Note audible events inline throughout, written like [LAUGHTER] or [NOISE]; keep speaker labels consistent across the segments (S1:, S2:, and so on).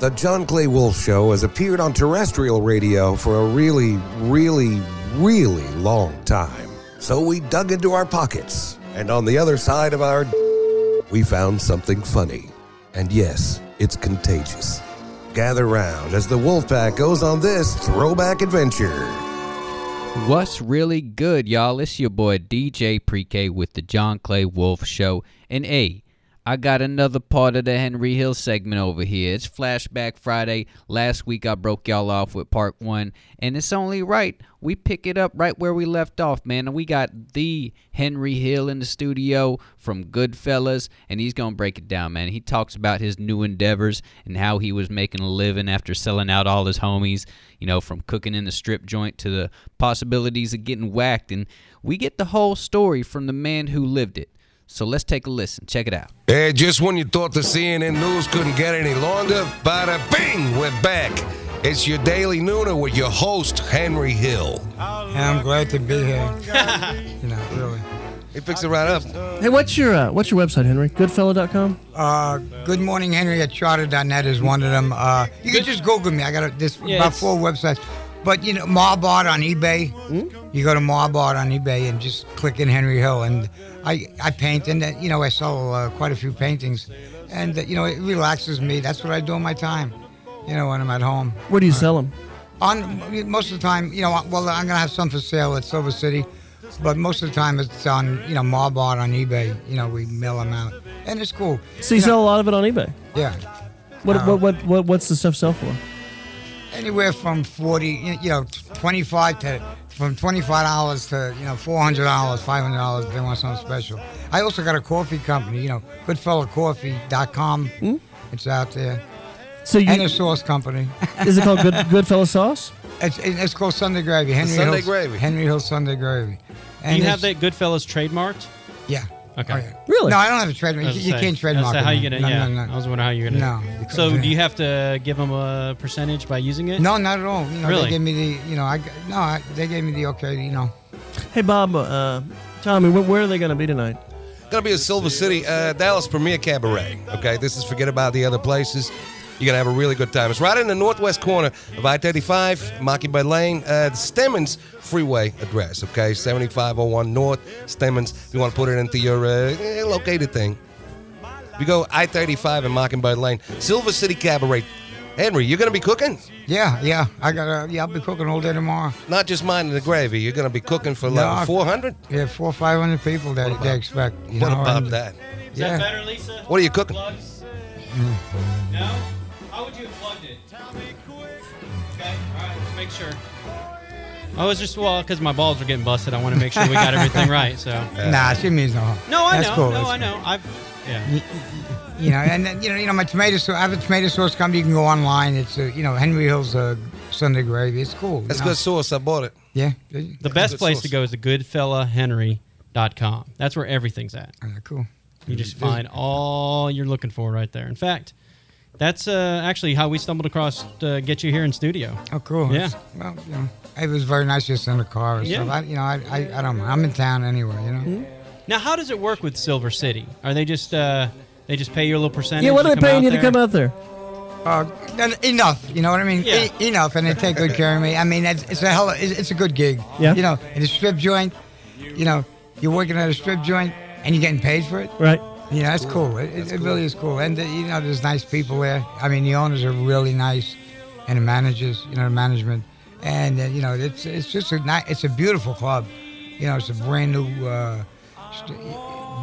S1: The John Clay Wolf Show has appeared on terrestrial radio for a really, really, really long time. So we dug into our pockets, and on the other side of our [LAUGHS] we found something funny. And yes, it's contagious. Gather round as the wolf pack goes on this throwback adventure.
S2: What's really good, y'all? It's your boy DJ Pre-K with the John Clay Wolf Show. And hey, I got another part of the Henry Hill segment over here. It's Flashback Friday. Last week I broke y'all off with part one, and it's only right we pick it up right where we left off, man. And we got the Henry Hill in the studio from Goodfellas, and he's gonna break it down, man. He talks about his new endeavors and how he was making a living after selling out all his homies, you know, from cooking in the strip joint to the possibilities of getting whacked. And we get the whole story from the man who lived it. So let's take a listen. Check it out.
S1: Hey, just when you thought the CNN news couldn't get any longer, bada bing, we're back. It's your Daily Nooner with your host, Henry Hill.
S3: Yeah, I'm glad to be here. you know, really.
S1: He picks it right up.
S4: Hey, what's your uh, what's your website, Henry? Goodfellow.com.
S3: Uh, good morning, Henry at Charter.net is one of them. Uh, you can just Google me. I got a, this
S4: Yeah,
S3: about
S4: it's-
S3: four websites. But you know, Marbot on eBay.
S4: Hmm?
S3: You go to Marbot on eBay and just click in Henry Hill, and I I paint, and uh, you know I sell uh, quite a few paintings, and uh, you know it relaxes me. That's what I do in my time. You know when I'm at home.
S4: Where do you sell 'em?
S3: On most of the time, you know, well, I'm gonna have some for sale at Silver City, but most of the time it's on, you know, Marbot on eBay. You know, we mail them out, and it's cool.
S4: So you
S3: know,
S4: sell a lot of it on eBay.
S3: yeah,
S4: What,
S3: Uh,
S4: what, what, what what's the stuff sell for?
S3: anywhere from forty, y- you know, twenty five to from twenty five dollars to you know four hundred dollars, five hundred dollars. They want something special. I also got a coffee company, you know, GoodfellowCoffee.com. It's out there,
S4: So you,
S3: and a sauce company.
S4: is it called Good
S3: [LAUGHS]
S4: Goodfellow sauce?
S3: It's, it's called Sunday Gravy. Henry
S1: Sunday
S3: Hill's-
S1: Gravy.
S3: Henry Hill Sunday Gravy. And
S5: Do you
S3: it's-
S5: have that Goodfellas trademarked?
S3: Yeah.
S5: Okay.
S3: Oh, yeah.
S4: Really?
S3: No, I don't have a trademark.
S5: I was
S3: You, you
S5: saying-
S3: can't trademark.
S5: I was saying, how
S3: it,
S5: you gonna?
S3: no.
S5: yeah.
S3: No, no,
S5: I
S3: no.
S5: was wondering how you're gonna.
S3: No, you
S5: So
S3: couldn't.
S5: do you have to give them a percentage by using it?
S3: No, not at all. You know,
S5: Really?
S3: They gave me the, you know, I g- no, I, they gave me the okay. You know,
S4: Hey Bob, uh, Tommy, where, where are they going to be tonight?
S1: Gonna be a Silver City, uh, Dallas Premier Cabaret. Okay, this is forget about the other places. You're gonna have a really good time. It's right in the northwest corner of I-35, Mockingbird Lane, uh, the Stemmons Freeway address. Okay, 7501 North Stemmons. If you want to put it into your uh, eh, located thing, if you go I-35 and Mockingbird Lane, Silver City Cabaret. Henry, you're gonna be cooking,
S3: yeah, yeah. I got to, yeah, I'll be cooking all day tomorrow.
S1: not just minding the gravy. You're gonna be cooking for like
S3: No, I-
S1: 400.
S3: Yeah, four or 500 people that they expect. You
S1: What
S3: know,
S1: about
S3: and-
S1: that?
S5: Is
S3: Yeah.
S5: that better, Lisa?
S1: What are you cooking?
S5: Plugs?
S3: Mm.
S5: No. How would you have plugged it? Okay. All right. Let's make sure. I was just well, because my balls were getting busted. I want to make sure we got everything
S3: [LAUGHS]
S5: right. So.
S3: Nah, she means no harm.
S5: No, I
S3: That's
S5: know.
S3: Cool.
S5: no,
S3: that's
S5: I
S3: cool.
S5: know. I've. Yeah.
S3: You know, and then, you know, you know, my tomato sauce. I have a tomato sauce company. You can go online. It's, uh, you know, Henry Hill's uh, Sunday Gravy. It's cool. you
S1: That's
S3: know.
S1: good sauce. I bought it.
S3: Yeah.
S5: The best
S1: Good
S5: place
S1: source.
S5: to go is the goodfellahenry.com. That's where everything's at.
S3: Yeah, cool.
S5: You just find all you're looking for right there. In fact, that's uh, actually how we stumbled across uh, get you here in studio.
S3: Oh, cool.
S5: Yeah.
S3: Well, you know, it was very nice just in the car. and
S5: Yeah. Mm-hmm.
S3: stuff. I, you know, I, I, I don't know. I'm in town anyway, you know.
S5: Now, how does it work with Silver City? Are they just uh, they just pay you a little percentage?
S4: yeah, what are
S5: to
S4: they
S5: come
S4: paying you
S5: out
S4: to come
S5: there?
S4: out there?
S3: Uh, en- enough, you know what I mean?
S5: Yeah.
S3: E- enough, and they take good care of me. I mean, it's, it's a hell, it's, it's a good gig.
S4: Yeah.
S3: You know, in a strip joint, you know, you're working at a strip joint and you're getting paid for it.
S4: Right.
S3: You know, that's cool. It, it, it really is cool. And, uh, you know, there's nice people there. I mean, the owners are really nice and the managers, you know, the management. And, uh, you know, it's it's just a ni- it's a beautiful club. You know, it's a brand new, uh, st-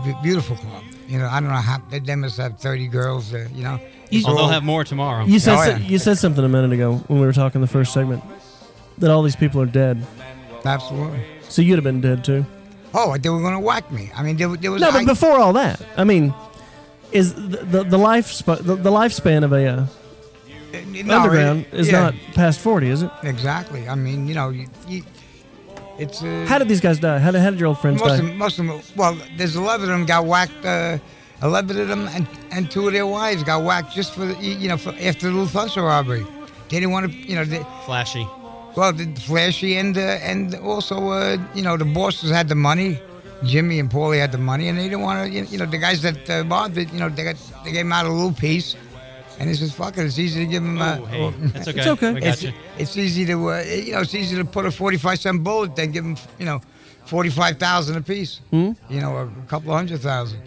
S3: b- beautiful club. You know, I don't know how, they- they must have 30 girls there, you know.
S4: You-
S5: Oh,
S4: Well,
S5: they'll have more tomorrow.
S4: You said
S3: Oh,
S4: so-
S3: yeah.
S4: you said something a minute ago when we were talking the first segment that all these people are dead.
S3: Absolutely.
S4: So you'd have been dead too.
S3: Oh, they were going to whack me. I mean, there, there was
S4: No, but
S3: I-
S4: before all that, I mean, is the the, the life sp- the, the lifespan of a uh,
S3: no,
S4: underground
S3: it-
S4: is
S3: yeah,
S4: not past forty, is it?
S3: exactly. I mean, you know, you, you, it's uh,
S4: How did these guys die? How did, how did your old friends
S3: most of,
S4: die?
S3: most of them. Well, there's eleven of them got whacked. Uh, eleven of them, and, and two of their wives got whacked just for the, you you know for after the Lufthansa robbery. They didn't want to, you know. They,
S5: Flashy.
S3: well, the flashy and uh, and also uh, you know the bosses had the money. Jimmy and Paulie had the money, and they didn't want to. You know, the guys that uh, robbed it, you know, they got they gave them out a little piece, And he says, "Fuck it, it's easy to give him a."
S5: Oh, hey, that's okay.
S4: It's okay.
S5: We
S3: it's,
S5: got you.
S3: it's easy to uh, you know it's easy to put a 45 cent bullet than give them you know 45,000 a piece
S4: Hmm?
S3: you know a couple of hundred thousand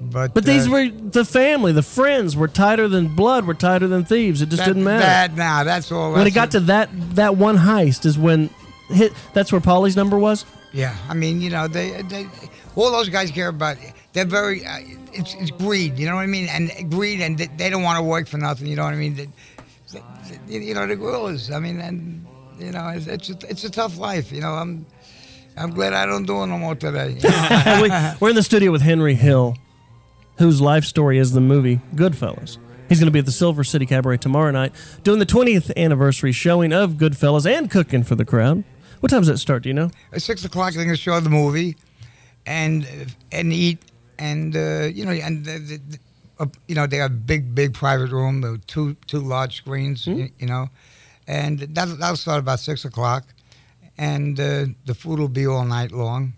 S3: but
S4: But these
S3: uh,
S4: were the family, the friends were tighter than blood, were tighter than thieves. It just
S3: that,
S4: didn't matter.
S3: that now that's all
S4: when it
S3: that's
S4: got to that that one heist is when hit. That's where Polly's
S3: [LAUGHS]
S4: number was.
S3: yeah I mean you know they they all those guys care about they're very uh, it's, it's greed you know what I mean and greed and they, they don't want to work for nothing you know what I mean They- they- you know the gorillas I mean and you know it's it's a, it's a tough life you know I'm I'm glad I don't do it no more today you know?
S4: And we, we're in the studio with Henry Hill, whose life story is the movie Goodfellas. He's going to be at the Silver City Cabaret tomorrow night doing the 20th anniversary showing of Goodfellas and cooking for the crowd. What time does it start? Do you know?
S3: at six o'clock they're gonna show the movie, and and eat and uh, you know and the, the, the, uh, you know they got a big big private room, there were two two large screens, you, you know, and that that'll start about six o'clock, and uh, the food will be all night long.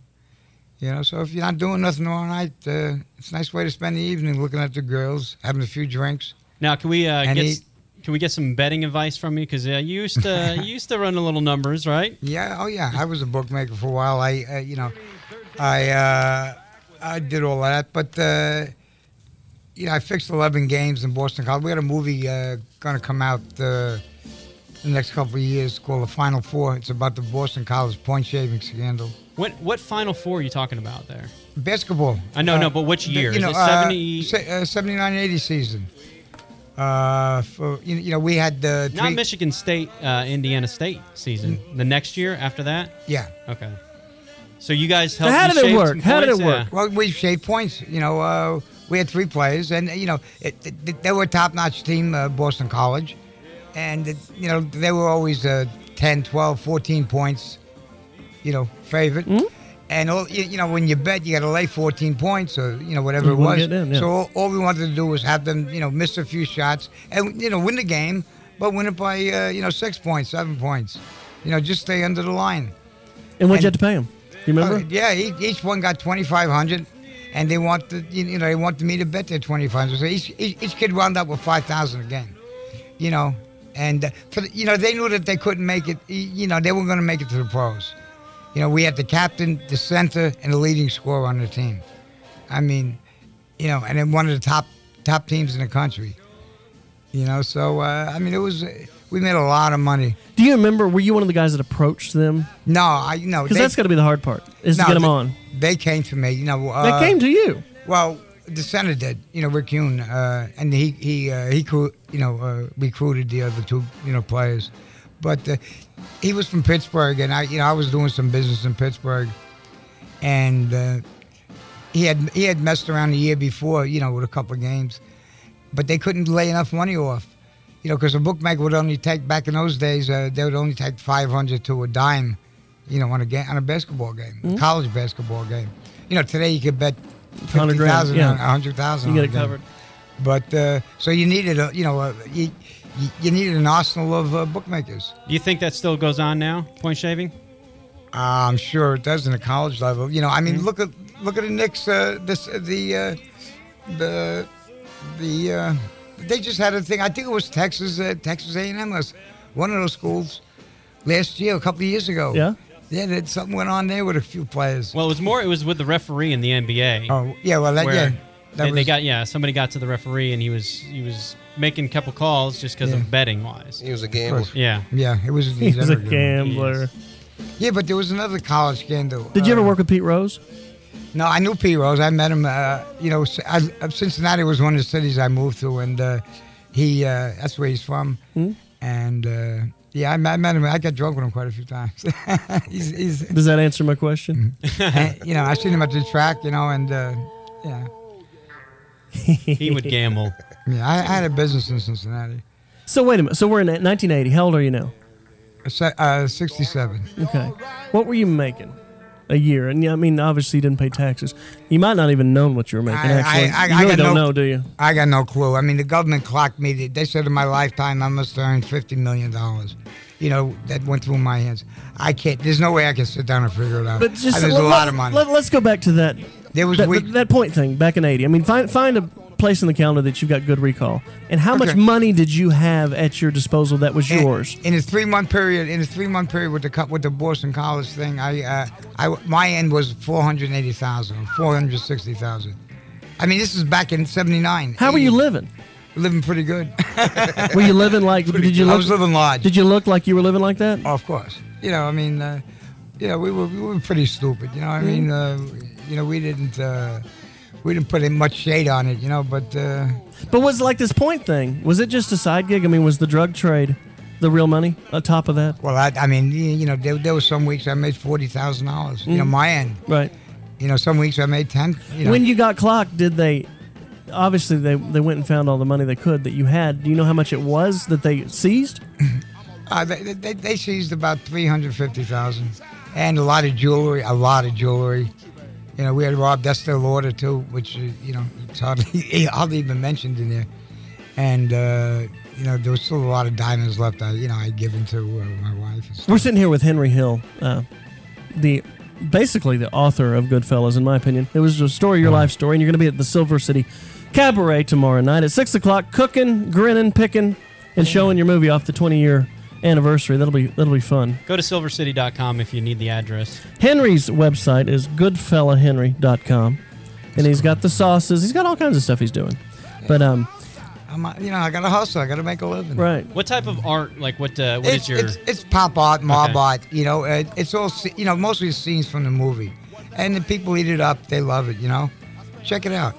S3: You know, so if you're not doing nothing all night, uh, it's a nice way to spend the evening looking at the girls, having a few drinks.
S5: Now, can we uh,
S3: Any-
S5: get s- can we get some betting advice from you? Because uh, you used
S4: [LAUGHS]
S5: to you used to run a little numbers, right?
S3: Yeah, oh yeah, I was a bookmaker for a while. I, uh, you know, I uh, I did all that, but uh, you know, I fixed 11 games in Boston College. We got a movie uh, gonna come out uh, in the next couple of years called The Final Four. It's about the Boston College point shaving scandal.
S5: What what Final Four are you talking about there?
S3: Basketball.
S5: I know,
S3: Uh,
S5: no, but which year?
S3: You know,
S5: Is it
S3: uh,
S5: 70
S3: se- uh, 79, 80 season. Uh, for you know, you know, we had the
S5: Not
S3: three- Mm.
S5: Michigan State, uh, Indiana State season. The next year after that.
S3: Yeah.
S5: Okay. So you guys helped.
S4: how
S5: you
S4: did it
S5: shave
S4: work?
S5: some
S4: How did
S5: points?
S4: it work?
S3: Well, we shaved points. You know, uh, we had three players, and you know, it, it, they were a top-notch team, uh, Boston College, and it, you know, they were always uh, 10, 12, 14 points. You know, favorite.
S4: Hmm?
S3: And all you, you know, when you bet, you got to lay 14 points, or you know, whatever
S4: You
S3: it
S4: wanna
S3: was.
S4: get in, yeah.
S3: So all, all we wanted to do was have them, you know, miss a few shots and you know, win the game, but win it by uh, you know six points, seven points. You know, just stay under the line.
S4: And what'd you have
S3: And-
S4: to pay him? You remember?
S3: Uh, yeah, each, each one got twenty five hundred, and they want the you you know they wanted me to bet their twenty five hundred. So each, each each kid wound up with five thousand again, you know, and uh, for the, you know they knew that they couldn't make it. y- You know they weren't going to make it to the pros. You know we had the captain, the center, and the leading scorer on the team. I mean, you know, and then one of the top top teams in the country. You know, so uh, I mean it was we made a lot of money.
S4: Do you remember? Were you one of the guys that approached them?
S3: No, I you know
S4: Because
S3: they-
S4: that's got to be the hard part is to get them
S3: they-
S4: on.
S3: They came to me, you know.
S4: They
S3: Uh,
S4: came to you.
S3: Well, the senator did, you know, Rick Yoon, uh, and he he uh, he cru- you know uh, recruited the other two you know players, but uh, he was from Pittsburgh, and I you know I was doing some business in Pittsburgh, and uh, he had he had messed around the year before, you know, with a couple of games, but they couldn't lay enough money off, you know, because a bookmaker would only take back in those days uh, they would only take five hundred to a dime, you know, on a game on a basketball game,
S4: Hmm?
S3: college basketball game, you know. Today you could bet.
S4: 100
S3: Fifty
S4: grand,
S3: thousand,
S4: yeah.
S3: a hundred thousand.
S4: You get it covered.
S3: But uh, so you needed a, you know, a, you, you- you needed an arsenal of uh, bookmakers.
S5: Do you think that still goes on now? Point shaving.
S3: I'm sure it does in the college level. You know, I mean, look at look at the Knicks. Uh, this the uh, the the uh, they just had a thing. I think it was Texas uh, Texas A&M was one of those schools last year, a couple of years ago.
S4: Yeah?
S3: yeah, that something went on there with a few players.
S5: Well, it was more. It was with the referee in the NBA.
S3: oh yeah, well that
S5: where
S3: yeah, that
S5: they, they
S3: was-
S5: got yeah. Somebody got to the referee and he was he was making a couple calls just because
S3: Yeah.
S5: of betting wise.
S1: He was a gambler.
S5: Yeah.
S3: yeah, it was a
S4: He's
S3: December
S4: a
S3: game.
S4: gambler.
S3: Yeah, but there was another college scandal.
S4: Did you ever
S3: Uh,
S4: work with Pete Rose?
S3: No, I knew P. Rose. I met him. Uh, you know, s- I, uh, Cincinnati was one of the cities I moved to, and uh, he—that's where he's from. And uh, yeah, I, met- I met him. I got drunk with him quite a few times. [LAUGHS] he's,
S4: [LAUGHS]
S3: he's
S4: Does that answer my question?
S3: and, you know, I seen him at the track, you know, and uh, yeah, Mm-hmm.
S5: [LAUGHS] He
S3: [LAUGHS]
S5: would gamble.
S3: yeah. I, I had a business in Cincinnati.
S4: So wait a minute. So we're in 1980. How old are you now?
S3: Uh, se- Uh, Sixty-seven.
S4: Okay. What were you making a year? And yeah, I mean, obviously you didn't pay taxes. You might not even known what you were making.
S3: I-
S4: Actually,
S3: I- I-
S4: you
S3: I
S4: really
S3: got
S4: don't
S3: no-
S4: know, do you?
S3: I got no clue. I mean, the government clocked me. They- They said in my lifetime I must earn fifty million dollars. You know, that went through my hands. I can't. There's no way I can sit down and figure it out.
S4: But just
S3: I- there's
S4: let,
S3: a lot of money.
S4: Let, us go back to that.
S3: There was
S4: that,
S3: weak-
S4: that point thing back in '80. I mean, find find a place in the calendar that you've got good recall? And how much
S3: Okay.
S4: money did you have at your disposal that was
S3: In-
S4: yours?
S3: In, a three month period, in a three month period with the co- with the Boston College thing, I uh, I my end was 480,000, 460,000. I mean, this is back in 79.
S4: How were you
S3: 80.
S4: living?
S3: Living pretty good.
S4: Were you
S3: [LAUGHS]
S4: living like? did you
S3: I
S4: look?
S3: was living large.
S4: Did you look like you were living like that?
S3: Oh, of course. You know, I mean, uh, yeah, we were we were pretty stupid, you know. I mean, uh, you know, we didn't uh, we didn't put in much shade on it, you know, but uh,
S4: But was it like this point thing? Was it just a side gig? I mean, was the drug trade the real money on top of that?
S3: well, I, I mean, you you know, there, there were some weeks I made $40,000, you know, my end.
S4: Right.
S3: You know, some weeks I made 10, you know.
S4: When you got clocked, did they? Obviously, they they went and found all the money they could that you had. Do you know how much it was that they seized?
S3: Uh, they, they, they seized about three hundred fifty thousand, and a lot of jewelry. A lot of jewelry. You know, we had robbed Esther Lauder too, which uh, you know it's hardly [LAUGHS] hardly even mentioned in there. And uh, you know, there was still a lot of diamonds left. I you know I'd given to uh, my wife. And stuff.
S4: We're sitting here with Henry Hill, uh, the basically the author of Goodfellas, in my opinion. It was a story, your life story, and you're going to be at the Silver City Cabaret tomorrow night at six o'clock, cooking, grinning, picking, and showing your movie off the 20 year anniversary. That'll be that'll be fun.
S5: Go to silvercity.com if you need the address.
S4: Henry's website is goodfellahenry.com, and he's got the sauces. He's got all kinds of stuff he's doing. But um,
S3: I'm, uh, you know, I got to hustle. I got to make a living.
S4: right.
S5: What type of art? Like what? Uh, what is
S3: It's,
S5: your?
S3: it's, it's pop art, mob
S5: Okay.
S3: art. You know, uh, it's all sce- you know mostly scenes from the movie, and the people eat it up. They love it. You know, check it out.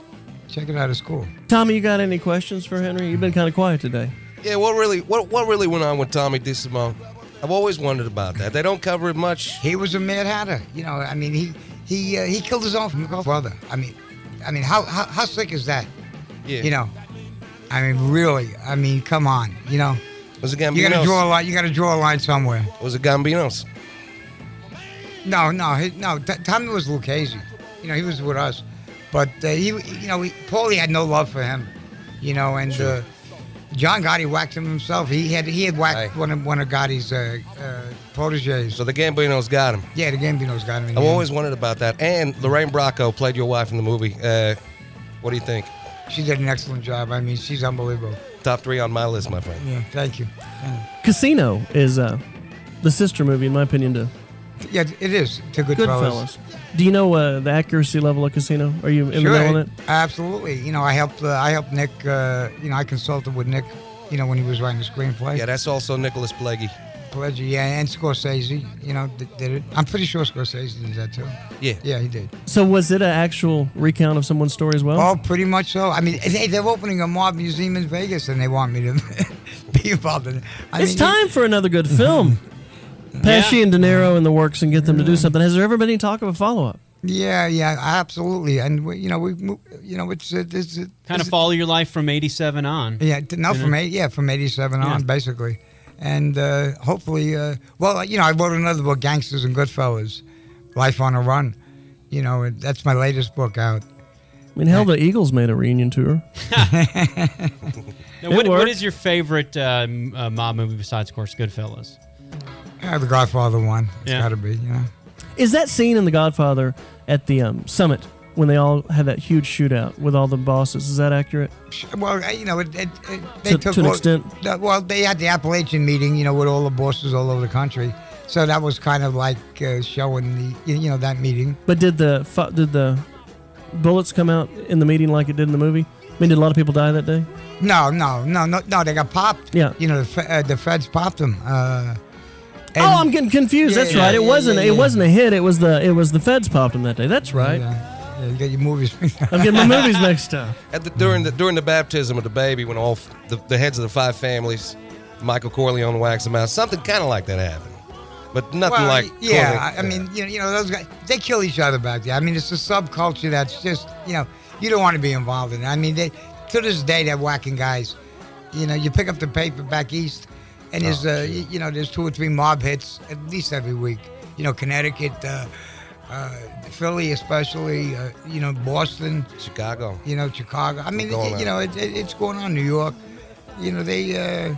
S3: Check it out. It's cool.
S4: Tommy, you got any questions for Henry? You've been kind of quiet today.
S1: Yeah, what really what what really went on with Tommy DeSimone? I've always wondered about that. They don't cover it much.
S3: He was a Mad Hatter. You know, I mean, he he uh, he killed his own brother. I mean, I mean, how how, how sick is that?
S1: Yeah.
S3: You know, I mean, really. I mean, come on. You know,
S1: was it
S3: you got to
S1: Gambinos?
S3: draw a line. You got to draw a line somewhere.
S1: was it Gambinos?
S3: No, no, he, no. T- Tommy was Lucchese. You know, he was with us, but uh, he, you know, he, Paulie had no love for him. You know, and uh, John Gotti whacked him himself. He had he had whacked
S1: Aye.
S3: one of one of Gotti's uh, uh, proteges.
S1: So the Gambinos got him.
S3: yeah, the Gambino's got him. In
S1: I've
S3: the end.
S1: always wondered about that. And Lorraine Bracco played your wife in the movie. Uh, what do you think?
S3: She did an excellent job. I mean, she's unbelievable.
S1: Top three on my list, my friend.
S3: Yeah, thank you.
S4: Casino is uh, the sister movie, in my opinion, to
S3: Yeah, it is to Goodfellas.
S4: Goodfellas. Do you know uh, the accuracy level of Casino? Are you in the middle on it?
S3: absolutely. You know, I helped. Uh, I helped Nick. Uh, you know, I consulted with Nick. You know, when he was writing the screenplay.
S1: Yeah, that's also Nicholas Blaggy.
S3: Pledge, yeah, and Scorsese. You know, did, did it. I'm pretty sure Scorsese did that too.
S1: Yeah.
S3: Yeah, he did.
S4: So was it an actual recount of someone's story as well?
S3: Oh, pretty much so. I mean, hey, they're opening a mob museum in Vegas, and they want me to [LAUGHS] be involved in it. I
S4: it's
S3: mean,
S4: time for another good film.
S3: [LAUGHS]
S4: Pesci
S5: Yeah.
S4: and De Niro in the works and get them to do something. Has there ever been any talk of a follow up?
S3: Yeah, yeah, absolutely. And we, you know, we, mo- you know, it's it, it's it,
S5: kind of
S3: it's-
S5: follow your life from '87 on.
S3: Yeah, t- no, from eight, yeah, from eighty-seven on,
S5: Yeah.
S3: basically, and uh, hopefully, uh, well, you know, I wrote another book, Gangsters and Goodfellas, Life on a Run. You know, and that's my latest book out.
S4: I mean, hell, the Eagles made a reunion tour.
S5: Now,
S4: It
S5: what, what
S4: worked.
S5: is your favorite uh, m- uh, mob movie besides, of course, Goodfellas?
S3: Uh, the Godfather one, It's
S5: Yeah.
S3: got to be, you know.
S4: Is that scene in The Godfather at the um, summit when they all had that huge shootout with all the bosses? Is that accurate?
S3: Sh- Well, uh, you know, it, it, it, they
S4: To-
S3: took
S4: to an
S3: all-
S4: extent.
S3: the- well, they had the Appalachian meeting, you know, with all the bosses all over the country. So that was kind of like uh, showing the, you- you know, that meeting.
S4: But did the fu- did the bullets come out in the meeting like it did in the movie? I mean, did a lot of people die that day?
S3: No, no, no, no, no. They got popped.
S4: Yeah.
S3: You know, the, fe- uh, the feds popped them. Uh, and-
S4: oh, I'm getting confused.
S3: Yeah,
S4: That's
S3: yeah,
S4: right. It
S3: yeah,
S4: wasn't.
S3: yeah,
S4: It
S3: yeah.
S4: wasn't a hit. It was the. It was the feds popped him that day. That's right.
S3: Yeah, yeah, you got your movies. [LAUGHS]
S4: I'm getting my movies next time.
S1: At the, during the during the baptism of the baby, when all f- the, the heads of the five families, Michael Corleone waxed them out. Something kind of like that happened, but nothing like.
S3: yeah.
S1: Corleone-
S3: I- I mean, you know, you know, those guys they kill each other back there. I mean, it's a subculture that's just you know you don't want to be involved in. it. I mean, they to this day they're whacking guys. You know, you pick up the paper back east, and there's uh, y- you know there's two or three mob hits at least every week. You know, Connecticut, uh, uh, Philly, especially. Uh, you know, Boston.
S1: uh, Chicago.
S3: you know, Chicago. I mean,
S1: Going
S3: you know, it, it, it's going on in New York. You know, they, uh,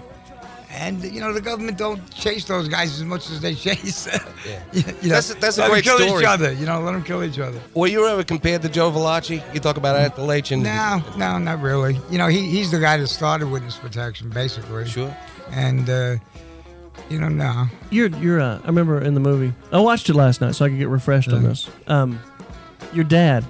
S3: And you know the government don't chase those guys as much as they [LAUGHS] chase. yeah.
S1: That's a- that's a
S3: let 'em
S1: great
S3: kill
S1: story.
S3: each other. You know, let them kill each
S1: [LAUGHS]
S3: other.
S1: Were you ever compared to Joe Valachi? You talk about Appalachian.
S3: No, no, not really. You know, he, he's the guy that started witness protection, basically.
S1: Sure.
S3: And uh, you know, no,
S4: [LAUGHS] You're you're. Uh, I remember in the movie. I watched it last night, so I could get refreshed on this. Um, your dad.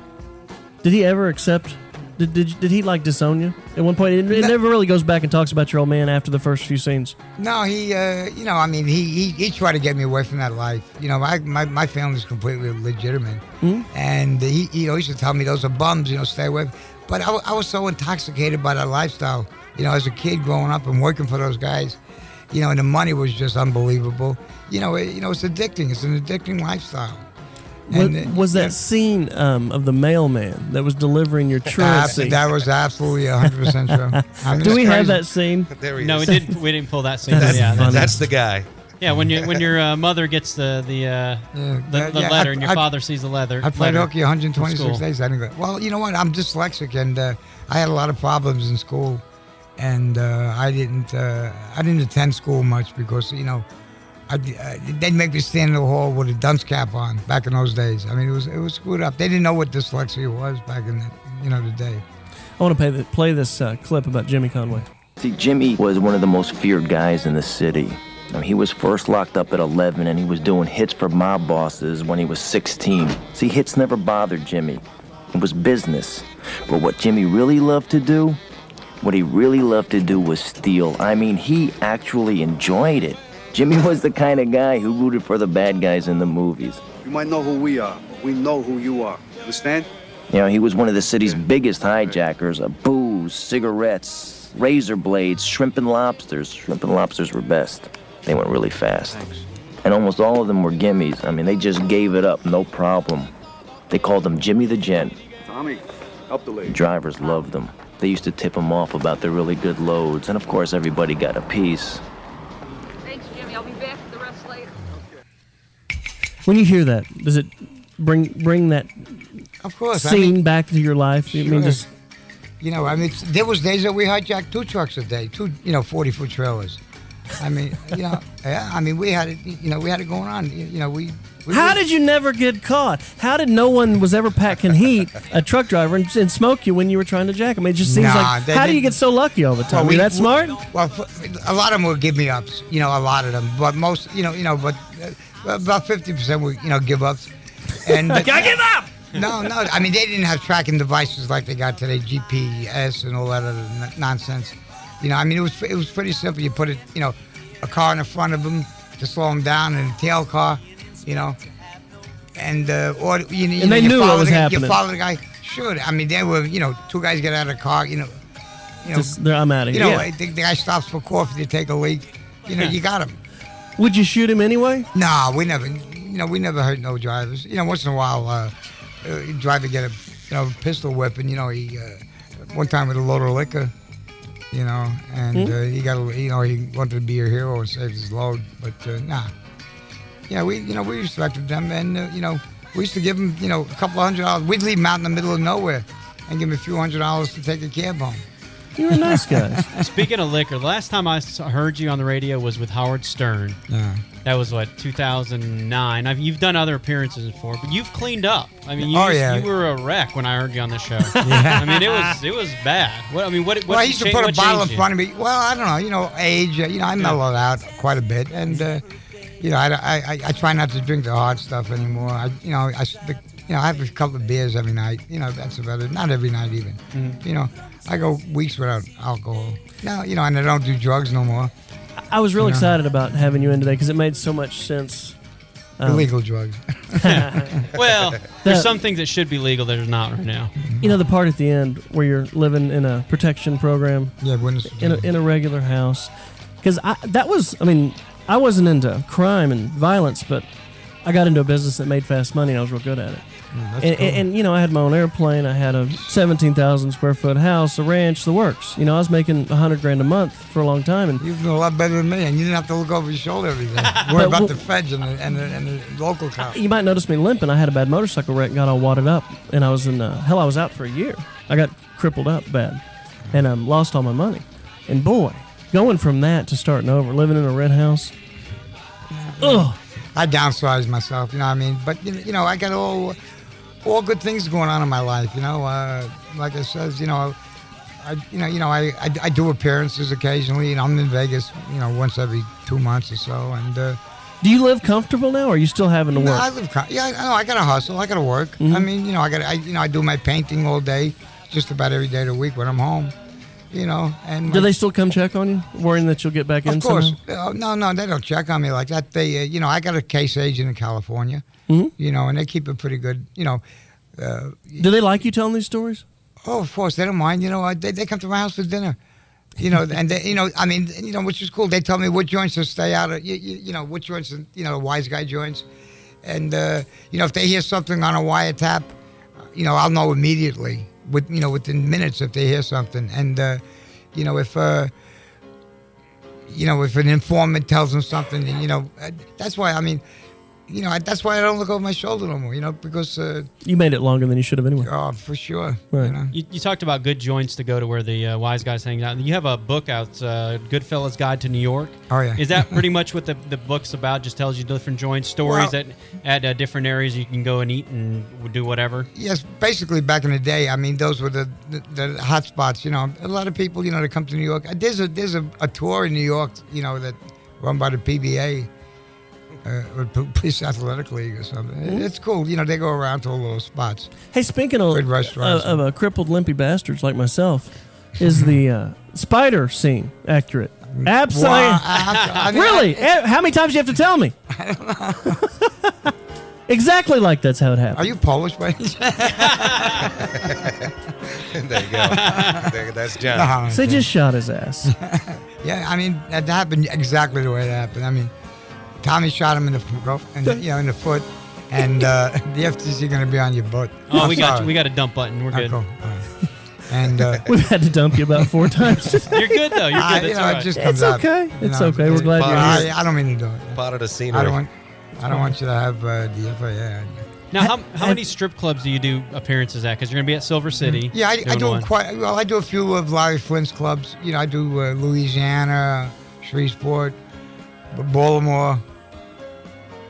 S4: Did he ever accept? Did, did, did he like disown you at one point? It, it
S3: No.
S4: never really goes back and talks about your old man after the first few scenes.
S3: No, he, uh, you know, I mean, he, he he tried to get me away from that life. You know, I, my my family's completely legitimate,
S4: Hmm?
S3: and he, he always used to tell me those are bums. You know, stay away. But I, wa- I was so intoxicated by that lifestyle. You know, as a kid growing up and working for those guys, you know, and the money was just unbelievable. You know, it, you know, it's addicting. It's an addicting lifestyle.
S4: Wa-
S3: uh,
S4: was that
S3: yeah.
S4: scene um, of the mailman that was delivering your
S3: Abs-
S4: truancy?
S3: that was absolutely 100%
S4: [LAUGHS]
S3: true. I mean,
S4: Do
S3: it's
S4: we have
S3: crazy.
S4: that scene?
S1: There he
S5: No, we
S1: is.
S5: didn't. We didn't pull that scene.
S4: That's
S5: yeah,
S1: [LAUGHS]
S4: funny.
S1: That's the
S5: [LAUGHS]
S1: guy.
S5: yeah. When you when your uh, mother gets the the uh,
S3: Yeah,
S5: the,
S3: yeah,
S5: the
S3: yeah,
S5: letter
S3: I-
S5: and your
S3: I-
S5: father sees the leather.
S3: I played
S5: letter.
S3: hooky 126
S5: School.
S3: days. I didn't go. Well, you know what? I'm dyslexic, and uh, I had a lot of problems in school, and uh, I didn't uh, I didn't attend school much because you know, I, uh, they'd make me stand in the hall with a dunce cap on back in those days. I mean, it was it was screwed up. They didn't know what dyslexia was back in the, you know the day.
S4: I want to play, the, play this uh, clip about Jimmy Conway.
S6: See, Jimmy was one of the most feared guys in the city. I mean, he was first locked up at 11 and he was doing hits for mob bosses when he was 16. See, hits never bothered Jimmy. It was business. But what Jimmy really loved to do, what he really loved to do was steal. I mean, he actually enjoyed it. Jimmy [LAUGHS] was the kind of guy who rooted for the bad guys in the movies.
S7: You might know who we are, but we know who you are. Understand?
S6: You know, he was one of the city's biggest hijackers of booze, cigarettes, razor blades, shrimp and lobsters. Shrimp and lobsters were best. They went really fast. And almost all of them were gimmies. I mean, they just gave it up, no problem. They called him Jimmy the Gent.
S7: Tommy, up the lady.
S6: Drivers loved them. They used to tip him off about their really good loads. And of course, everybody got a piece.
S8: Thanks, Jimmy. I'll be back for the rest later.
S4: When you hear that, does it bring bring that
S3: Of course, I
S4: scene
S3: mean,
S4: back to your life? I mean,
S3: Sure.
S4: just
S3: you know, I mean, it's- there was days that we hijacked two trucks a day, two you know 40 foot trailers. I mean, you know, [LAUGHS] yeah, I mean, we had it, you know, we had it going on. You know, we. we
S4: How did you never get caught? How did no one was ever packing heat a truck driver and, and smoke you when you were trying to jack him? It just seems
S3: Nah,
S4: like
S3: they
S4: how do you
S3: didn't-
S4: get so lucky all the time? Are you that smart?
S3: Well, f- a lot of them will give me ups. You know, a lot of them, but most, you know, you know, but uh, about fifty percent will, you know, give ups.
S4: [LAUGHS]
S3: And I
S4: give up.
S3: No, no. I mean, they didn't have tracking devices like they got today, GPS and all that other n- nonsense. You know, I mean, it was it was pretty simple. You put it, you know, a car in the front of them to slow them down, and a tail car, you know, and uh, or you, know, you
S4: And they
S3: know, you
S4: knew what
S3: follow
S4: was
S3: the, guy-
S4: happening.
S3: You follow the guy. Sure. I mean, they were, you know, two guys get out of the car, you know, you know,
S4: Just, there, I'm out of
S3: you
S4: here.
S3: know,
S4: Yeah.
S3: the, the guy stops for coffee to take a leak. You know, you got him.
S4: Would you shoot him anyway?
S3: Nah, we never, you know, we never hurt no drivers. You know, once in a while, uh, uh, driver get a, you know, pistol weapon. You know, he uh, one time with a load of liquor. You know, and uh, he got, a, you know, he wanted to be a hero and saved his load, but uh, nah. Yeah, we, you know, we respected them, and uh, you know, we used to give them, you know, a couple of hundred dollars. We'd leave them out in the middle of nowhere, and give them a few hundred dollars to take a cab home.
S4: You were
S3: [LAUGHS]
S4: nice guys.
S5: [LAUGHS] Speaking of liquor, last time I s- heard you on the radio was with Howard Stern.
S3: Yeah.
S5: That was what 2009. I've, you've done other appearances before, but you've cleaned up. I mean, you,
S3: Oh,
S5: just-
S3: yeah.
S5: you were a wreck when I heard you on
S3: [LAUGHS]
S5: the show. I mean, it was it was bad. What I mean, what? what
S3: Well, I used to
S5: cha-
S3: put a
S5: what
S3: bottle in
S5: changed you?
S3: front of me. Well, I don't know. You know, age. uh, You know, I mellowed out quite a bit, and uh, you know, I, I, I, I try not to drink the hard stuff anymore. I, you know, I, stick- you know, I have a couple of beers every night. You know, that's about it. Not every night even. You know, I go weeks without alcohol. No, you know, and I don't do drugs no more.
S4: I was real excited about having you in today because it made so much sense.
S3: Illegal drugs. [LAUGHS]
S5: Well, there's
S4: That-
S5: some things that should be legal that are not right now.
S4: You know the part at the end where you're living in a protection program
S3: yeah, when it's, [LAUGHS]
S4: in a, in a regular house because that was i mean i wasn't into crime and violence but i got into a business that made fast money and i was real good at it and, and, and, you know i had my own airplane i had a 17000 square foot house a ranch the works you know i was making 100 grand a month for a long time and
S3: you've been a lot better than me, and you didn't have to look over your shoulder every day. Worry
S4: But
S3: about
S4: wh-
S3: the feds and the, and the, and the local cops.
S4: you might notice me limping i had a bad motorcycle wreck and got all wadded up and i was in uh, hell i was out for a year i got crippled up bad and um, lost all my money and boy Going from that to starting over, living in a red house. Ugh.
S3: I downsized myself, you know what I mean? But, you you know, I got all all good things going on in my life, you know. Uh, like I says, you know, I, you know, you know, I, I, I do appearances occasionally, and I'm in Vegas, you know, once every two months or so. And uh,
S4: Do you live comfortable now, or are you still having to
S3: no, I
S4: work? Mm-hmm.
S3: live, co- yeah, I know, I got to hustle, I got to work. I mean, you know, I got, I, you know, I do my painting all day, just about every day of the week when I'm home, you know. And
S4: Do
S3: my-
S4: they still come check on you, worrying that you'll get back in?
S3: Of course.
S4: somehow?
S3: Uh, no, no, they don't check on me like that. They, uh, you know, I got a case agent in California, you know, and they keep it pretty good, you know. Uh,
S4: Do they like you telling these stories?
S3: oh, of course, they don't mind, you know. I, they, they come to my house for dinner, you know, and they, you know, I mean, you know, which is cool. They tell me what joints to stay out of, you, you, you know, what joints, you know, the wise guy joints. And, uh, you know, if they hear something on a wiretap, you know, I'll know immediately, with, you know, within minutes if they hear something. And, uh, you know, if, uh, you know, if an informant tells them something, then, you know, uh, that's why, I mean, you know, I, that's why I don't look over my shoulder no more, you know, because, uh,
S4: You made it longer than you should have anyway.
S3: oh, for sure.
S4: Right.
S3: You know?
S5: You, you talked about good joints to go to where the uh, wise guys hang out. You have a book out, uh, Goodfellas Guide to New York.
S3: Oh, yeah.
S5: Is that pretty much what the, the book's about? Just tells you different joint stories
S3: Well-
S5: that at uh, different areas you can go and eat and do whatever.
S3: Yes, basically back in the day, I mean, those were the, the, the hot spots. You know, a lot of people, you know, that come to New York. Uh, There's a there's a, a tour in New York, you know, that run by the PBA, uh, or P- Police Athletic League or something. It's cool. You know, they go around to all those spots.
S4: Hey, speaking of
S3: Good restaurants.
S4: uh, of uh, crippled, limpy bastards like myself, is the uh, spider scene accurate? Absolutely.
S3: Wow, I- I- I mean,
S4: really? Eh, how many times do you have to
S3: [LAUGHS]
S4: tell me? [LAUGHS] exactly like that's how it
S3: Are
S4: happened.
S3: you Polish by any chance?
S1: there you go. There- That's John.
S4: so they just shot his ass. [LAUGHS]
S3: Yeah, I mean, that happened exactly the way it happened. I mean, Tommy shot him in the, f- in the you know, in the foot, and uh, [LAUGHS] the FTC going to be on your butt.
S5: Oh,
S3: I'm
S5: we got
S3: sorry.
S5: we got a dump button. We're
S3: Oh,
S5: good.
S3: cool. All right. And uh,
S4: We've had to dump you about four times.
S3: [LAUGHS]
S4: today.
S5: You're good though.
S4: [LAUGHS]
S5: You're good.
S3: I,
S5: That's
S3: you know,
S5: all
S3: it
S5: right.
S3: just
S4: it's
S3: comes out.
S4: okay.
S3: You
S4: It's
S3: know,
S4: okay. We're glad you're here.
S3: I, I don't mean to do it.
S1: Part of the scenery.
S3: I don't want. I don't want you to have uh, the FAA.
S5: now, how, how many strip clubs do you do appearances at? Because you're gonna be at Silver City.
S3: Mm-hmm. Yeah, I, I
S5: doing
S3: do
S5: one.
S3: quite well. I do a few of Larry Flint's clubs. You know, I do uh, Louisiana, Shreveport, B- Baltimore.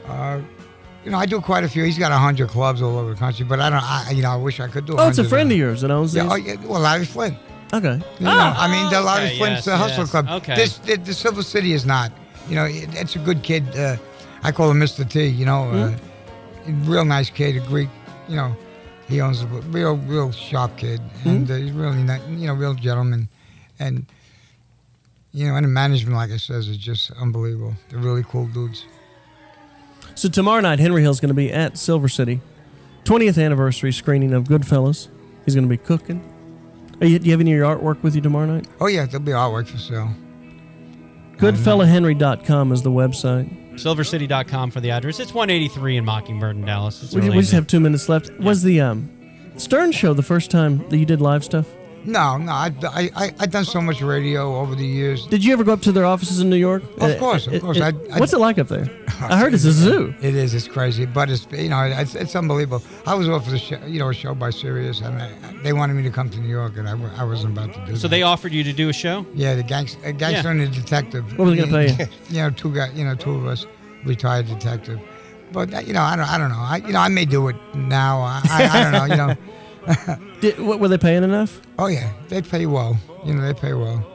S3: Uh, you know, I do quite a few. He's got a hundred clubs all over the country, but I don't. I, you know, I wish I could do.
S4: Oh, it's a
S3: 100
S4: friend of yours that owns
S3: Yeah, oh,
S4: these.
S3: yeah, well, Larry Flint.
S4: Okay. Ah!
S3: You know, I mean, the Larry
S5: Oh. okay,
S3: Flint's the
S5: yes,
S3: Hustle
S5: yes,
S3: Club.
S5: okay.
S3: This the, the Silver City is not. You know, it- it's a good kid. Uh, I call him Mr. T. You know, uh,
S5: Hmm?
S3: real nice kid, a Greek. You know, he owns a real, real sharp kid,
S5: Hmm?
S3: and uh, he's really nice. You know, real gentleman, and you know, and the management, like I says, is just unbelievable. They're really cool dudes.
S4: So tomorrow night, Henry Hill's going to be at Silver City, 20th anniversary screening of Goodfellas. He's going to be cooking. Are you, do you have any of your artwork with you tomorrow night?
S3: Oh yeah, there'll be artwork for sale.
S4: Goodfellahenry.com is the website.
S5: SilverCity.com for the address. It's 183 in Mockingbird in Dallas. It's
S4: We,
S5: really
S4: we just
S5: easy.
S4: have two minutes left. Was the um, Stern show the first time that you did live stuff?
S3: No, no, I, I, I, I've done so much radio over the years.
S4: Did you ever go up to their offices in New York?
S3: Of course, of
S4: it-
S3: course.
S4: it-
S3: I- I-
S4: what's it like up there?
S3: [LAUGHS]
S4: I heard it's a zoo.
S3: It is. It's crazy, but it's you know it's, it's unbelievable. I was offered a show, you know a show by Sirius, and I, they wanted me to come to New York, and I, wa- I wasn't about to do. that.
S5: So they offered you to do a show.
S3: yeah, the gangster, a gangster
S5: Yeah.
S3: and a detective.
S4: What were they gonna pay you?
S3: [LAUGHS] You know, two guy, you know, two of us, retired detective. But uh, you know, I don't, I don't know. I you know, I may do it now. I, I, I don't know. You know,
S4: Did, what, were they paying enough?
S3: oh yeah, they pay well. You know, they pay well.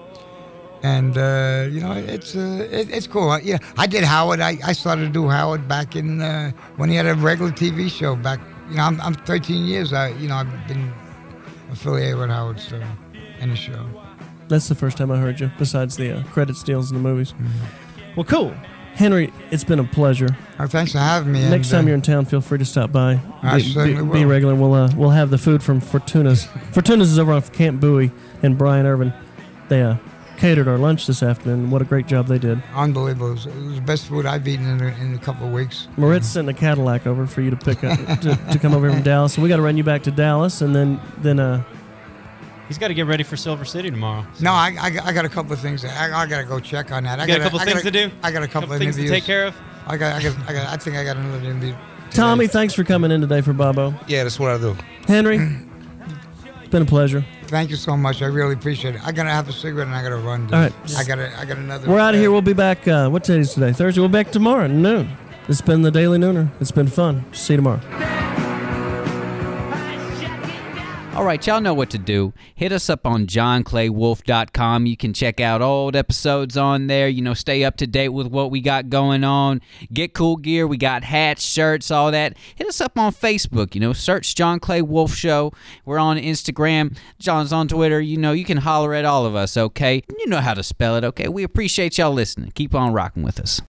S3: And uh, you know it's uh, it, it's cool. I, yeah, I did Howard. I, I started to do Howard back in uh, when he had a regular TV show. Back, you know, I'm, I'm 13 years. I you know I've been affiliated with Howard so and the show.
S4: That's the first time I heard you, besides the uh, credit steals in the movies.
S3: Mm.
S4: Well, cool. Henry, it's been a pleasure.
S3: Oh, thanks for having me.
S4: Next
S3: and, uh,
S4: time you're in town, feel free to stop by.
S3: I
S4: be,
S3: certainly
S4: be-
S3: will.
S4: be regular. We'll uh, we'll have the food from Fortuna's. Fortuna's is over on Camp Bowie and Brian Irvin. They uh, catered our lunch this afternoon. What a great job they did.
S3: uh, unbelievable. It was, it was the best food I've eaten in a, in a couple of weeks.
S4: Moritz sent a Cadillac over for you to pick up to, to come over here from Dallas. So we got to run you back to Dallas, and then then uh,
S5: He's got to get ready for Silver City tomorrow.
S3: No, I, I, got- I got a couple of things. I, I got to go check on that. I
S5: You got a
S3: gotta-
S5: couple
S3: I
S5: things
S3: gotta-
S5: to do?
S3: I got a couple, of
S5: things
S3: interviews.
S5: to take care of.
S3: I got I got I got. I think I got another interview. today.
S4: Tommy, thanks for coming in today for Bobo.
S1: Yeah, that's what I do.
S4: Henry, It's been a pleasure.
S3: Thank you so much. I really appreciate it. I gotta have a cigarette and I gotta run. dude.
S4: All right.
S3: I gotta. I got another.
S4: We're out of here. We'll be back. Uh, what day is today? Thursday. We'll be back tomorrow at noon. It's been the Daily Nooner. It's been fun. See you tomorrow.
S2: All right, y'all know what to do. Hit us up on johnclaywolf.com. You can check out old episodes on there. You know, stay up to date with what we got going on. Get cool gear. We got hats, shirts, all that. Hit us up on Facebook. You know, search John Clay Wolf Show. We're on Instagram. John's on Twitter. You know, you can holler at all of us, okay? You know how to spell it, okay? We appreciate y'all listening. Keep on rocking with us.